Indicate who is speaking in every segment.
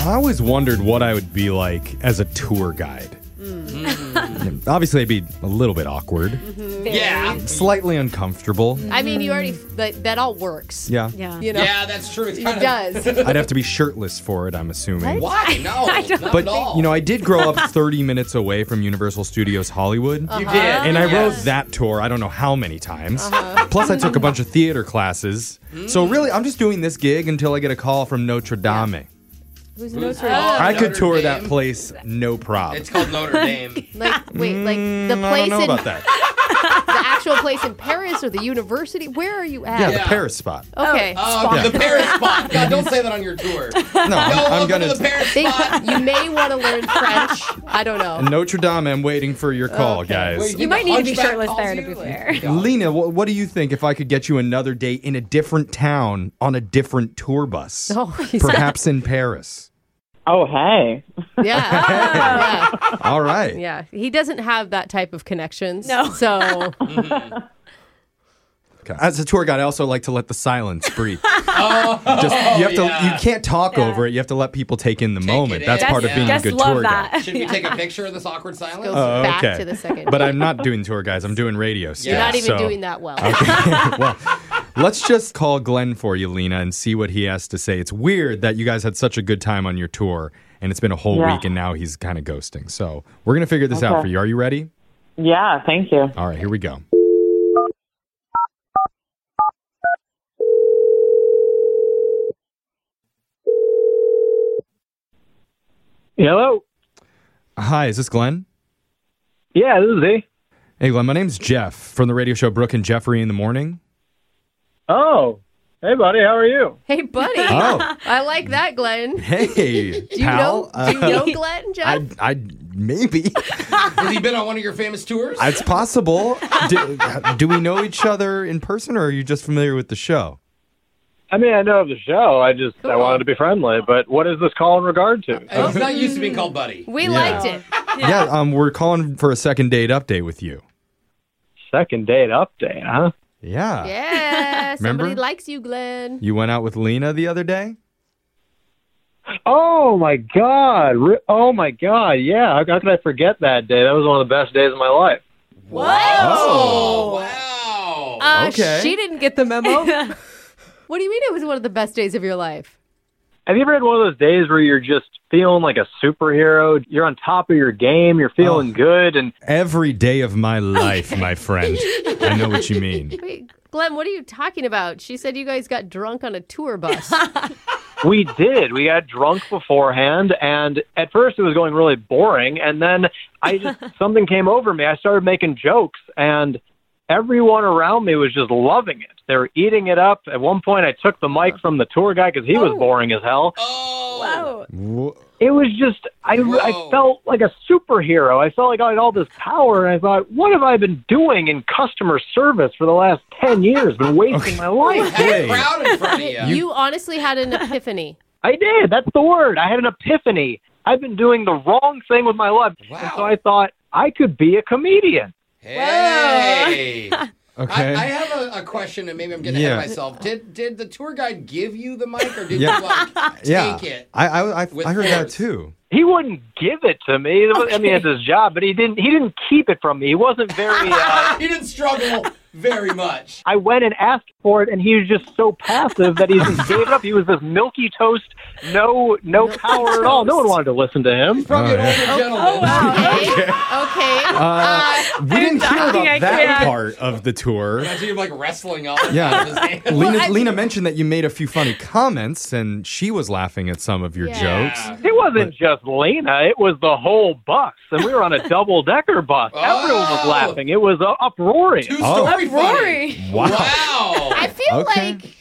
Speaker 1: I always wondered what I would be like as a tour guide.
Speaker 2: Mm.
Speaker 1: Obviously, I'd be a little bit awkward,
Speaker 2: Mm-hmm. Yeah.
Speaker 1: slightly uncomfortable.
Speaker 3: I mean, you already that, that all works.
Speaker 1: Yeah.
Speaker 3: Yeah.
Speaker 2: Mm-hmm. Yeah, that's true. It's kind
Speaker 3: It
Speaker 2: of
Speaker 3: does.
Speaker 1: I'd have to be shirtless for it, I'm assuming.
Speaker 2: why? No, not
Speaker 1: But
Speaker 2: at all.
Speaker 1: you know, I did grow up 30 minutes away from Universal Studios Hollywood.
Speaker 2: you did,
Speaker 1: And I rode
Speaker 2: Uh-huh. Oh, yes. Uh-huh.
Speaker 1: that tour I don't know how many times. Plus, I took a bunch of theater classes.
Speaker 2: Mm.
Speaker 1: So, really, I'm just doing this gig until I get a call from Notre Dame.
Speaker 3: Who's
Speaker 1: I could
Speaker 2: Notre
Speaker 1: tour that
Speaker 2: Dame.
Speaker 1: place no problem.
Speaker 2: It's called Notre Dame.
Speaker 3: Like, wait, like the
Speaker 1: Mm, I don't
Speaker 3: place
Speaker 1: know
Speaker 3: in
Speaker 1: about that.
Speaker 3: the actual place in Paris or the university? Where are you at?
Speaker 1: Yeah, the
Speaker 2: Yeah.
Speaker 1: Paris spot.
Speaker 3: Okay.
Speaker 2: Oh,
Speaker 1: Yeah.
Speaker 2: the Paris spot. God, don't say that on your tour. No,
Speaker 1: No, I'm
Speaker 2: welcome
Speaker 1: gonna.
Speaker 2: to the Paris
Speaker 3: They-
Speaker 2: spot.
Speaker 3: you may want to learn French. I don't know.
Speaker 1: Notre Dame, I'm waiting for your call, guys.
Speaker 2: Wait,
Speaker 4: You might need to be
Speaker 2: Hunchback
Speaker 4: shirtless
Speaker 2: calls
Speaker 4: there, to
Speaker 2: you? Oh,
Speaker 4: be
Speaker 2: Like,
Speaker 4: fair.
Speaker 2: God.
Speaker 1: Lena, what, what do you think if I could get you another date in a different town on a different tour bus?
Speaker 3: Oh,
Speaker 1: Perhaps in Paris.
Speaker 5: Oh, hey.
Speaker 3: yeah. yeah.
Speaker 1: All right.
Speaker 3: Yeah. He doesn't have that type of connections.
Speaker 4: No.
Speaker 3: So
Speaker 1: As a tour guide, I also like to let the silence breathe. Just you have to
Speaker 2: yeah.
Speaker 1: you can't talk over it. You have to let people take in the moment.
Speaker 2: it
Speaker 1: That's
Speaker 2: in.
Speaker 1: part of
Speaker 2: Guests-
Speaker 1: being a
Speaker 4: guests
Speaker 1: good
Speaker 4: love
Speaker 1: tour
Speaker 4: that.
Speaker 1: guide.
Speaker 2: Should we take a picture of this awkward silence?
Speaker 3: goes
Speaker 1: Oh,
Speaker 3: back
Speaker 1: okay.
Speaker 3: to the second.
Speaker 1: But I'm not doing tour guides. I'm doing radio stuff.
Speaker 3: You're not even
Speaker 1: so-
Speaker 3: doing that well.
Speaker 1: Okay. well, let's just call Glenn for you, Lena, and see what he has to say. It's weird that you guys had such a good time on your tour, and it's been a whole
Speaker 5: Yeah.
Speaker 1: week, and now he's kind of ghosting. So we're gonna figure this out for you. Are you ready?
Speaker 5: Yeah, thank you.
Speaker 1: All right, here we go.
Speaker 6: Hello.
Speaker 1: Hi, is this Glenn?
Speaker 6: Yeah, this is he.
Speaker 1: Hey, Glenn. My name's Jeff from the radio show Brooke and Jeffrey in the morning.
Speaker 6: Oh, hey, buddy. How are you?
Speaker 3: Hey, buddy.
Speaker 1: Oh.
Speaker 3: I like that, Glenn.
Speaker 1: Hey,
Speaker 3: Do you
Speaker 1: pal. Uh,
Speaker 3: know? Do you know Glenn, Jeff?
Speaker 1: I, I, maybe Uh,
Speaker 2: Has he been on one of your famous tours?
Speaker 1: it's possible. Do, do we know each other in person, or are you just familiar with the show?
Speaker 6: I mean, I know of the show. I just I wanted to be friendly. But what is this call in regard to?
Speaker 2: Uh, He's not used to being called buddy.
Speaker 3: we
Speaker 1: Yeah.
Speaker 3: liked it.
Speaker 1: Yeah. um, we're calling for a second date update with you.
Speaker 6: Second date update, huh?
Speaker 1: Yeah.
Speaker 3: Yeah. Somebody
Speaker 1: Remember?
Speaker 3: likes you, Glenn.
Speaker 1: You went out with Lena the other day.
Speaker 6: Oh my God! Re- Oh my God! Yeah, how, how could I forget that day? That was one of the best days of my life.
Speaker 1: Oh.
Speaker 2: Wow.
Speaker 3: Uh,
Speaker 1: Okay.
Speaker 3: She didn't get the memo. what do you mean it was one of the best days of your life?
Speaker 6: Have you ever had one of those days where you're just feeling like a superhero? You're on top of your game. You're feeling
Speaker 1: Oh.
Speaker 6: good, and
Speaker 1: Every day of my life, my friend. I know what you mean.
Speaker 3: Wait, Glenn, what are you talking about? She said you guys got drunk on a tour bus.
Speaker 6: We did. We got drunk beforehand, and at first it was going really boring. And then I just something came over me. I started making jokes, and everyone around me was just loving it. They were eating it up. At one point, I took the mic from the tour guy because he was boring as hell.
Speaker 2: Oh.
Speaker 4: Wow.
Speaker 1: Wha-
Speaker 6: It was just I,
Speaker 2: Whoa.
Speaker 6: I felt like a superhero. I felt like I had all this power, and I thought, what have I been doing in customer service for the last ten years? Been wasting my life.
Speaker 2: Had
Speaker 1: Hey.
Speaker 2: a crowd in front of you.
Speaker 3: you honestly had an epiphany.
Speaker 6: I did. That's the word. I had an epiphany. I've been doing the wrong thing with my life. And so
Speaker 2: Wow.
Speaker 6: I thought I could be a comedian.
Speaker 2: Hey.
Speaker 1: Okay.
Speaker 2: I, I have a, a question, and maybe I'm getting
Speaker 1: Yeah.
Speaker 2: ahead of myself. Did did the tour guide give you the mic, or did
Speaker 1: Yeah.
Speaker 2: you like take
Speaker 1: yeah.
Speaker 2: it?
Speaker 1: I, I, I,
Speaker 2: with
Speaker 1: I heard that
Speaker 2: force.
Speaker 1: too.
Speaker 6: He wouldn't give it to me. I mean, it's his job, but he didn't. He didn't keep it from me. He wasn't very. Uh,
Speaker 2: He didn't struggle very much.
Speaker 6: I went and asked for it, and he was just so passive that he just gave it up. He was this milky toast, no, no power at all. No one wanted to listen to him.
Speaker 2: Probably
Speaker 1: Oh,
Speaker 2: an
Speaker 1: yeah.
Speaker 2: older gentleman.
Speaker 3: Okay. Okay. Uh,
Speaker 1: We didn't hear
Speaker 4: dying,
Speaker 1: about
Speaker 4: I
Speaker 1: that
Speaker 4: can't.
Speaker 1: part of the tour.
Speaker 2: Imagine him like wrestling all the time.
Speaker 1: Yeah.
Speaker 2: with his hand.
Speaker 1: Lena, Lena mentioned that you made a few funny comments, and she was laughing at some of your
Speaker 3: Yeah.
Speaker 1: jokes.
Speaker 2: Yeah.
Speaker 6: It wasn't just Lena; it was the whole bus, and we were on a double decker bus. Everyone was
Speaker 2: Oh.
Speaker 6: laughing. It was uh, uproarious.
Speaker 2: Two
Speaker 1: Oh.
Speaker 2: story funny.
Speaker 4: Rory.
Speaker 1: Wow.
Speaker 3: I
Speaker 2: Wow.
Speaker 3: feel
Speaker 1: Okay.
Speaker 3: like,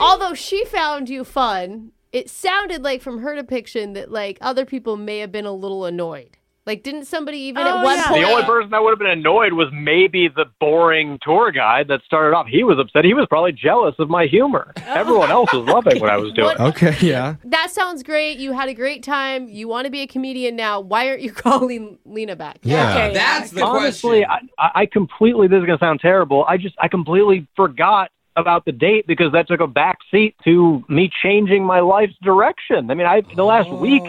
Speaker 3: although she found you fun, it sounded like from her depiction that like other people may have been a little annoyed. Like, didn't somebody even
Speaker 4: Oh,
Speaker 3: at one
Speaker 4: yeah.
Speaker 3: point?
Speaker 6: The only person that would have been annoyed was maybe the boring tour guide that started off. He was upset. He was probably jealous of my humor.
Speaker 2: Oh.
Speaker 6: Everyone else was loving what I was doing.
Speaker 3: What-
Speaker 1: Okay, yeah.
Speaker 3: that sounds great. You had a great time. You want to be a comedian now. Why aren't you calling Lena back?
Speaker 1: Yeah.
Speaker 4: Okay.
Speaker 2: That's the
Speaker 6: Honestly,
Speaker 2: question.
Speaker 6: I, I completely, this is going to sound terrible. I just, I completely forgot about the date because that took a back seat to me changing my life's direction. I mean, I the last
Speaker 2: Oh.
Speaker 6: week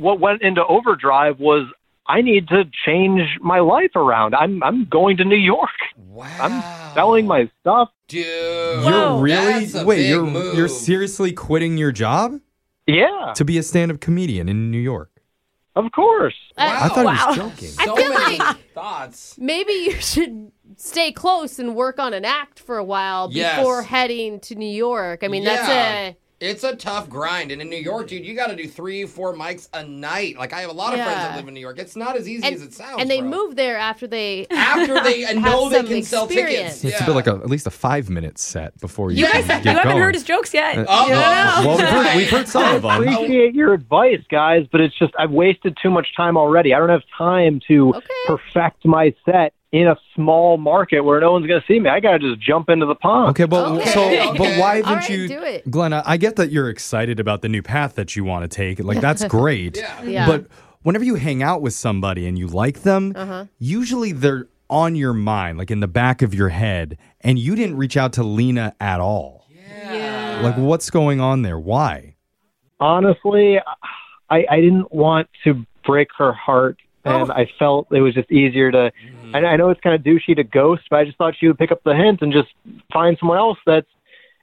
Speaker 6: what went into overdrive was I need to change my life around. I'm I'm going to New York.
Speaker 2: Wow.
Speaker 6: I'm
Speaker 2: Oh.
Speaker 6: selling my stuff.
Speaker 2: Dude.
Speaker 3: Whoa.
Speaker 1: You're really
Speaker 2: That's a
Speaker 1: wait.
Speaker 2: big
Speaker 1: You're
Speaker 2: move.
Speaker 1: you're seriously quitting your job
Speaker 6: Yeah,
Speaker 1: to be a stand-up comedian in New York.
Speaker 6: of course.
Speaker 1: I thought
Speaker 3: wow.
Speaker 1: he was joking.
Speaker 2: So
Speaker 3: I feel
Speaker 2: many
Speaker 3: like-
Speaker 2: thoughts.
Speaker 3: Maybe you should stay close and work on an act for a while
Speaker 2: Yes.
Speaker 3: before heading to New York. I mean, that's
Speaker 2: Yeah.
Speaker 3: a
Speaker 2: It's a tough grind. And in New York, dude, you got to do three, four mics a night. Like, I have a lot of friends that
Speaker 3: Yeah.
Speaker 2: live in New York. It's not as easy
Speaker 3: and,
Speaker 2: as it sounds.
Speaker 3: and they
Speaker 2: bro.
Speaker 3: move there after they.
Speaker 2: After they know they
Speaker 3: some
Speaker 2: can sell
Speaker 3: experience.
Speaker 2: tickets.
Speaker 3: Yeah.
Speaker 1: It's a bit like a, at least a five-minute set before you.
Speaker 2: You
Speaker 1: can
Speaker 2: guys-
Speaker 1: get
Speaker 4: you haven't
Speaker 1: going. Uh, oh.
Speaker 4: heard his jokes yet.
Speaker 2: Uh-oh.
Speaker 1: Well, we've heard, we've heard some of them.
Speaker 6: appreciate your advice, guys, but it's just I've wasted too much time already. I don't have time to
Speaker 3: Okay.
Speaker 6: perfect my set in a small market where no one's going to see me. I got to just jump into the pond.
Speaker 1: Okay, well,
Speaker 3: Okay.
Speaker 1: so
Speaker 2: Okay.
Speaker 1: but why haven't
Speaker 3: All right,
Speaker 1: you,
Speaker 3: do it.
Speaker 1: Glenna? I get that you're excited about the new path that you want to take. Like that's great.
Speaker 2: Yeah.
Speaker 3: Yeah.
Speaker 1: But whenever you hang out with somebody and you like them,
Speaker 3: Uh-huh.
Speaker 1: usually they're on your mind, like in the back of your head, and you didn't reach out to Lena at all.
Speaker 4: Yeah.
Speaker 1: Like, what's going on there? Why?
Speaker 6: Honestly, I, I didn't want to break her heart.
Speaker 2: Oh.
Speaker 6: And I felt it was just easier to.
Speaker 2: Mm.
Speaker 6: I, I know it's kind of douchey to ghost, but I just thought she would pick up the hint and just find someone else that's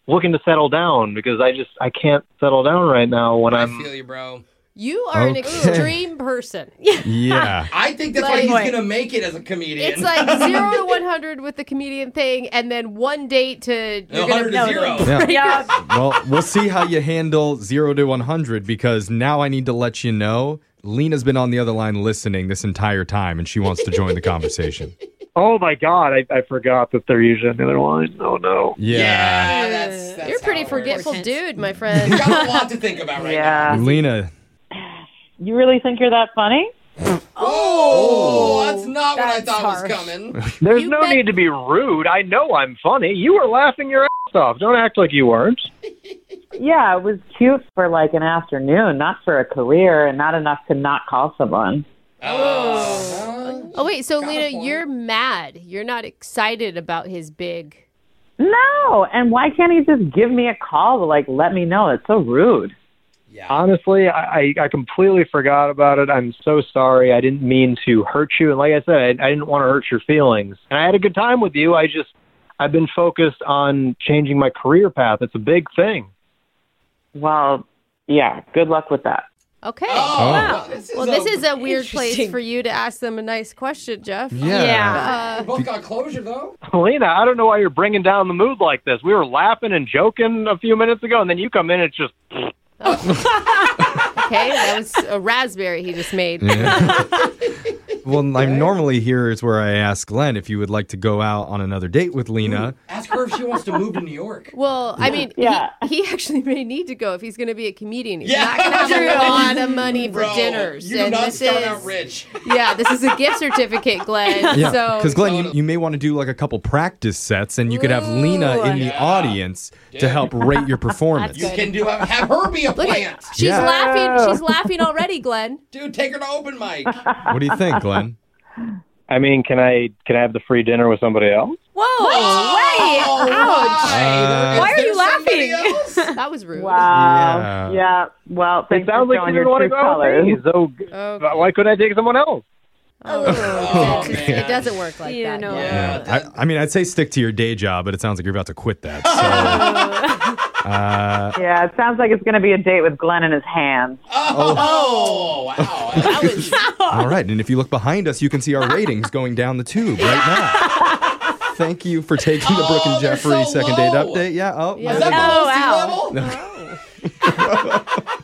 Speaker 6: looking to settle down because I just I can't settle down right now when
Speaker 2: I
Speaker 6: I'm
Speaker 2: feel you, bro.
Speaker 3: You are an
Speaker 1: Okay.
Speaker 3: extreme person.
Speaker 1: Yeah.
Speaker 2: I think that's why
Speaker 3: Like-
Speaker 2: he's going to make it as a comedian.
Speaker 3: It's like zero to one hundred with the comedian thing, and then one date to you're gonna
Speaker 2: 100 to
Speaker 3: no,
Speaker 2: zero.
Speaker 1: Yeah.
Speaker 4: Yeah.
Speaker 1: well, we'll see how you handle zero to 100 because now I need to let you know Lena's been on the other line listening this entire time and she wants to join the conversation.
Speaker 6: Oh my god, I, I forgot that they're usually on the other line. Oh no.
Speaker 1: Yeah.
Speaker 2: Yeah, that's, that's
Speaker 3: You're a pretty
Speaker 2: how it works.
Speaker 3: forgetful,
Speaker 4: works.
Speaker 3: dude, my
Speaker 2: You
Speaker 3: friend.
Speaker 2: got a lot to think about right now.
Speaker 5: Yeah.
Speaker 1: Lena,
Speaker 5: You really think you're that funny?
Speaker 2: Oh, that's not what I
Speaker 4: That's
Speaker 2: thought
Speaker 4: harsh.
Speaker 2: was coming.
Speaker 6: There's
Speaker 3: You
Speaker 6: no
Speaker 3: bet-
Speaker 6: need to be rude. I know I'm funny. You were laughing your ass off. Don't act like you weren't.
Speaker 5: Yeah, it was cute for like an afternoon, not for a career, and not enough to not call someone.
Speaker 2: Oh.
Speaker 3: oh wait, so
Speaker 2: Got a
Speaker 3: Lena,
Speaker 2: point.
Speaker 3: you're mad. You're not excited about his big.
Speaker 5: No, and why can't he just give me a call to like let me know? It's so rude.
Speaker 2: Yeah.
Speaker 6: Honestly, I, I I completely forgot about it. I'm so sorry. I didn't mean to hurt you. And like I said, I, I didn't want to hurt your feelings. And I had a good time with you. I just I've been focused on changing my career path. It's a big thing.
Speaker 5: Well, yeah, good luck with that.
Speaker 3: Okay.
Speaker 2: Oh,
Speaker 1: Wow.
Speaker 2: wow. This is
Speaker 3: Well, this
Speaker 2: a-
Speaker 3: is a weird place
Speaker 4: Interesting.
Speaker 3: for you to ask them a nice question, Jeff.
Speaker 1: Yeah.
Speaker 3: Uh,
Speaker 2: We both got closure, though.
Speaker 6: Lena, I don't know why you're bringing down the mood like this. We were laughing and joking a few minutes ago, and then you come in. It's just
Speaker 3: okay, that was a raspberry he just made.
Speaker 1: well, I'm normally here is where I ask Glenn if you would like to go out on another date with Lena.
Speaker 2: Ask her if she wants to move to New York.
Speaker 3: Well, I mean,
Speaker 5: Yeah.
Speaker 3: he, he actually may need to go if he's going to be a comedian. He's
Speaker 2: Yeah,
Speaker 3: not going to have
Speaker 2: true.
Speaker 3: a lot of money for
Speaker 2: Bro,
Speaker 3: dinners.
Speaker 2: You do
Speaker 3: and
Speaker 2: not
Speaker 3: this
Speaker 2: start
Speaker 3: is,
Speaker 2: out rich.
Speaker 3: Yeah, this is a gift certificate, Glenn.
Speaker 1: Yeah,
Speaker 3: so
Speaker 1: because Glenn, you, you may want to do like a couple practice sets, and you could have Lena in the
Speaker 2: Yeah.
Speaker 1: audience to help rate your performance.
Speaker 2: You can do have her be a
Speaker 3: Look at-
Speaker 2: plant.
Speaker 3: she's
Speaker 1: Yeah.
Speaker 3: laughing. She's laughing already, Glenn.
Speaker 2: Dude, take her to open mic.
Speaker 1: What do you think, Glenn?
Speaker 6: I mean, can I can I have the free dinner with somebody else?
Speaker 4: Whoa.
Speaker 2: Oh,
Speaker 4: Wait. Ouch.
Speaker 2: right.
Speaker 1: Uh,
Speaker 2: Is
Speaker 4: Why are
Speaker 2: there
Speaker 4: you
Speaker 2: somebody
Speaker 4: laughing?
Speaker 2: else?
Speaker 3: That was rude.
Speaker 1: Yeah.
Speaker 5: Wow. Yeah. Well,
Speaker 6: It
Speaker 5: thanks
Speaker 6: sounds like
Speaker 5: for
Speaker 6: you
Speaker 5: showing
Speaker 6: didn't
Speaker 5: your
Speaker 6: want to
Speaker 5: true
Speaker 6: go out with me,
Speaker 5: colors.
Speaker 6: so
Speaker 3: Okay.
Speaker 6: why couldn't I take someone else?
Speaker 2: Oh,
Speaker 3: It-
Speaker 2: man.
Speaker 3: It doesn't work like
Speaker 4: You
Speaker 3: that.
Speaker 4: know.
Speaker 3: yeah.
Speaker 2: Yeah,
Speaker 1: Yeah, I, I mean, I'd say stick to your day job, but it sounds like you're about to quit that. So, uh,
Speaker 5: Yeah, it sounds like it's going to be a date with Glenn in his hand.
Speaker 2: Oh, wow.
Speaker 3: That was
Speaker 1: all right. And if you look behind us, you can see our ratings going down the tube right now. Thank you for taking the Brooke and
Speaker 2: Oh, they're
Speaker 1: Jeffrey
Speaker 2: so
Speaker 1: second date oh,
Speaker 2: low.
Speaker 1: update. Yeah. Oh,
Speaker 3: Yeah.
Speaker 2: Is that
Speaker 4: Oh,
Speaker 2: below sea
Speaker 4: wow.
Speaker 2: level?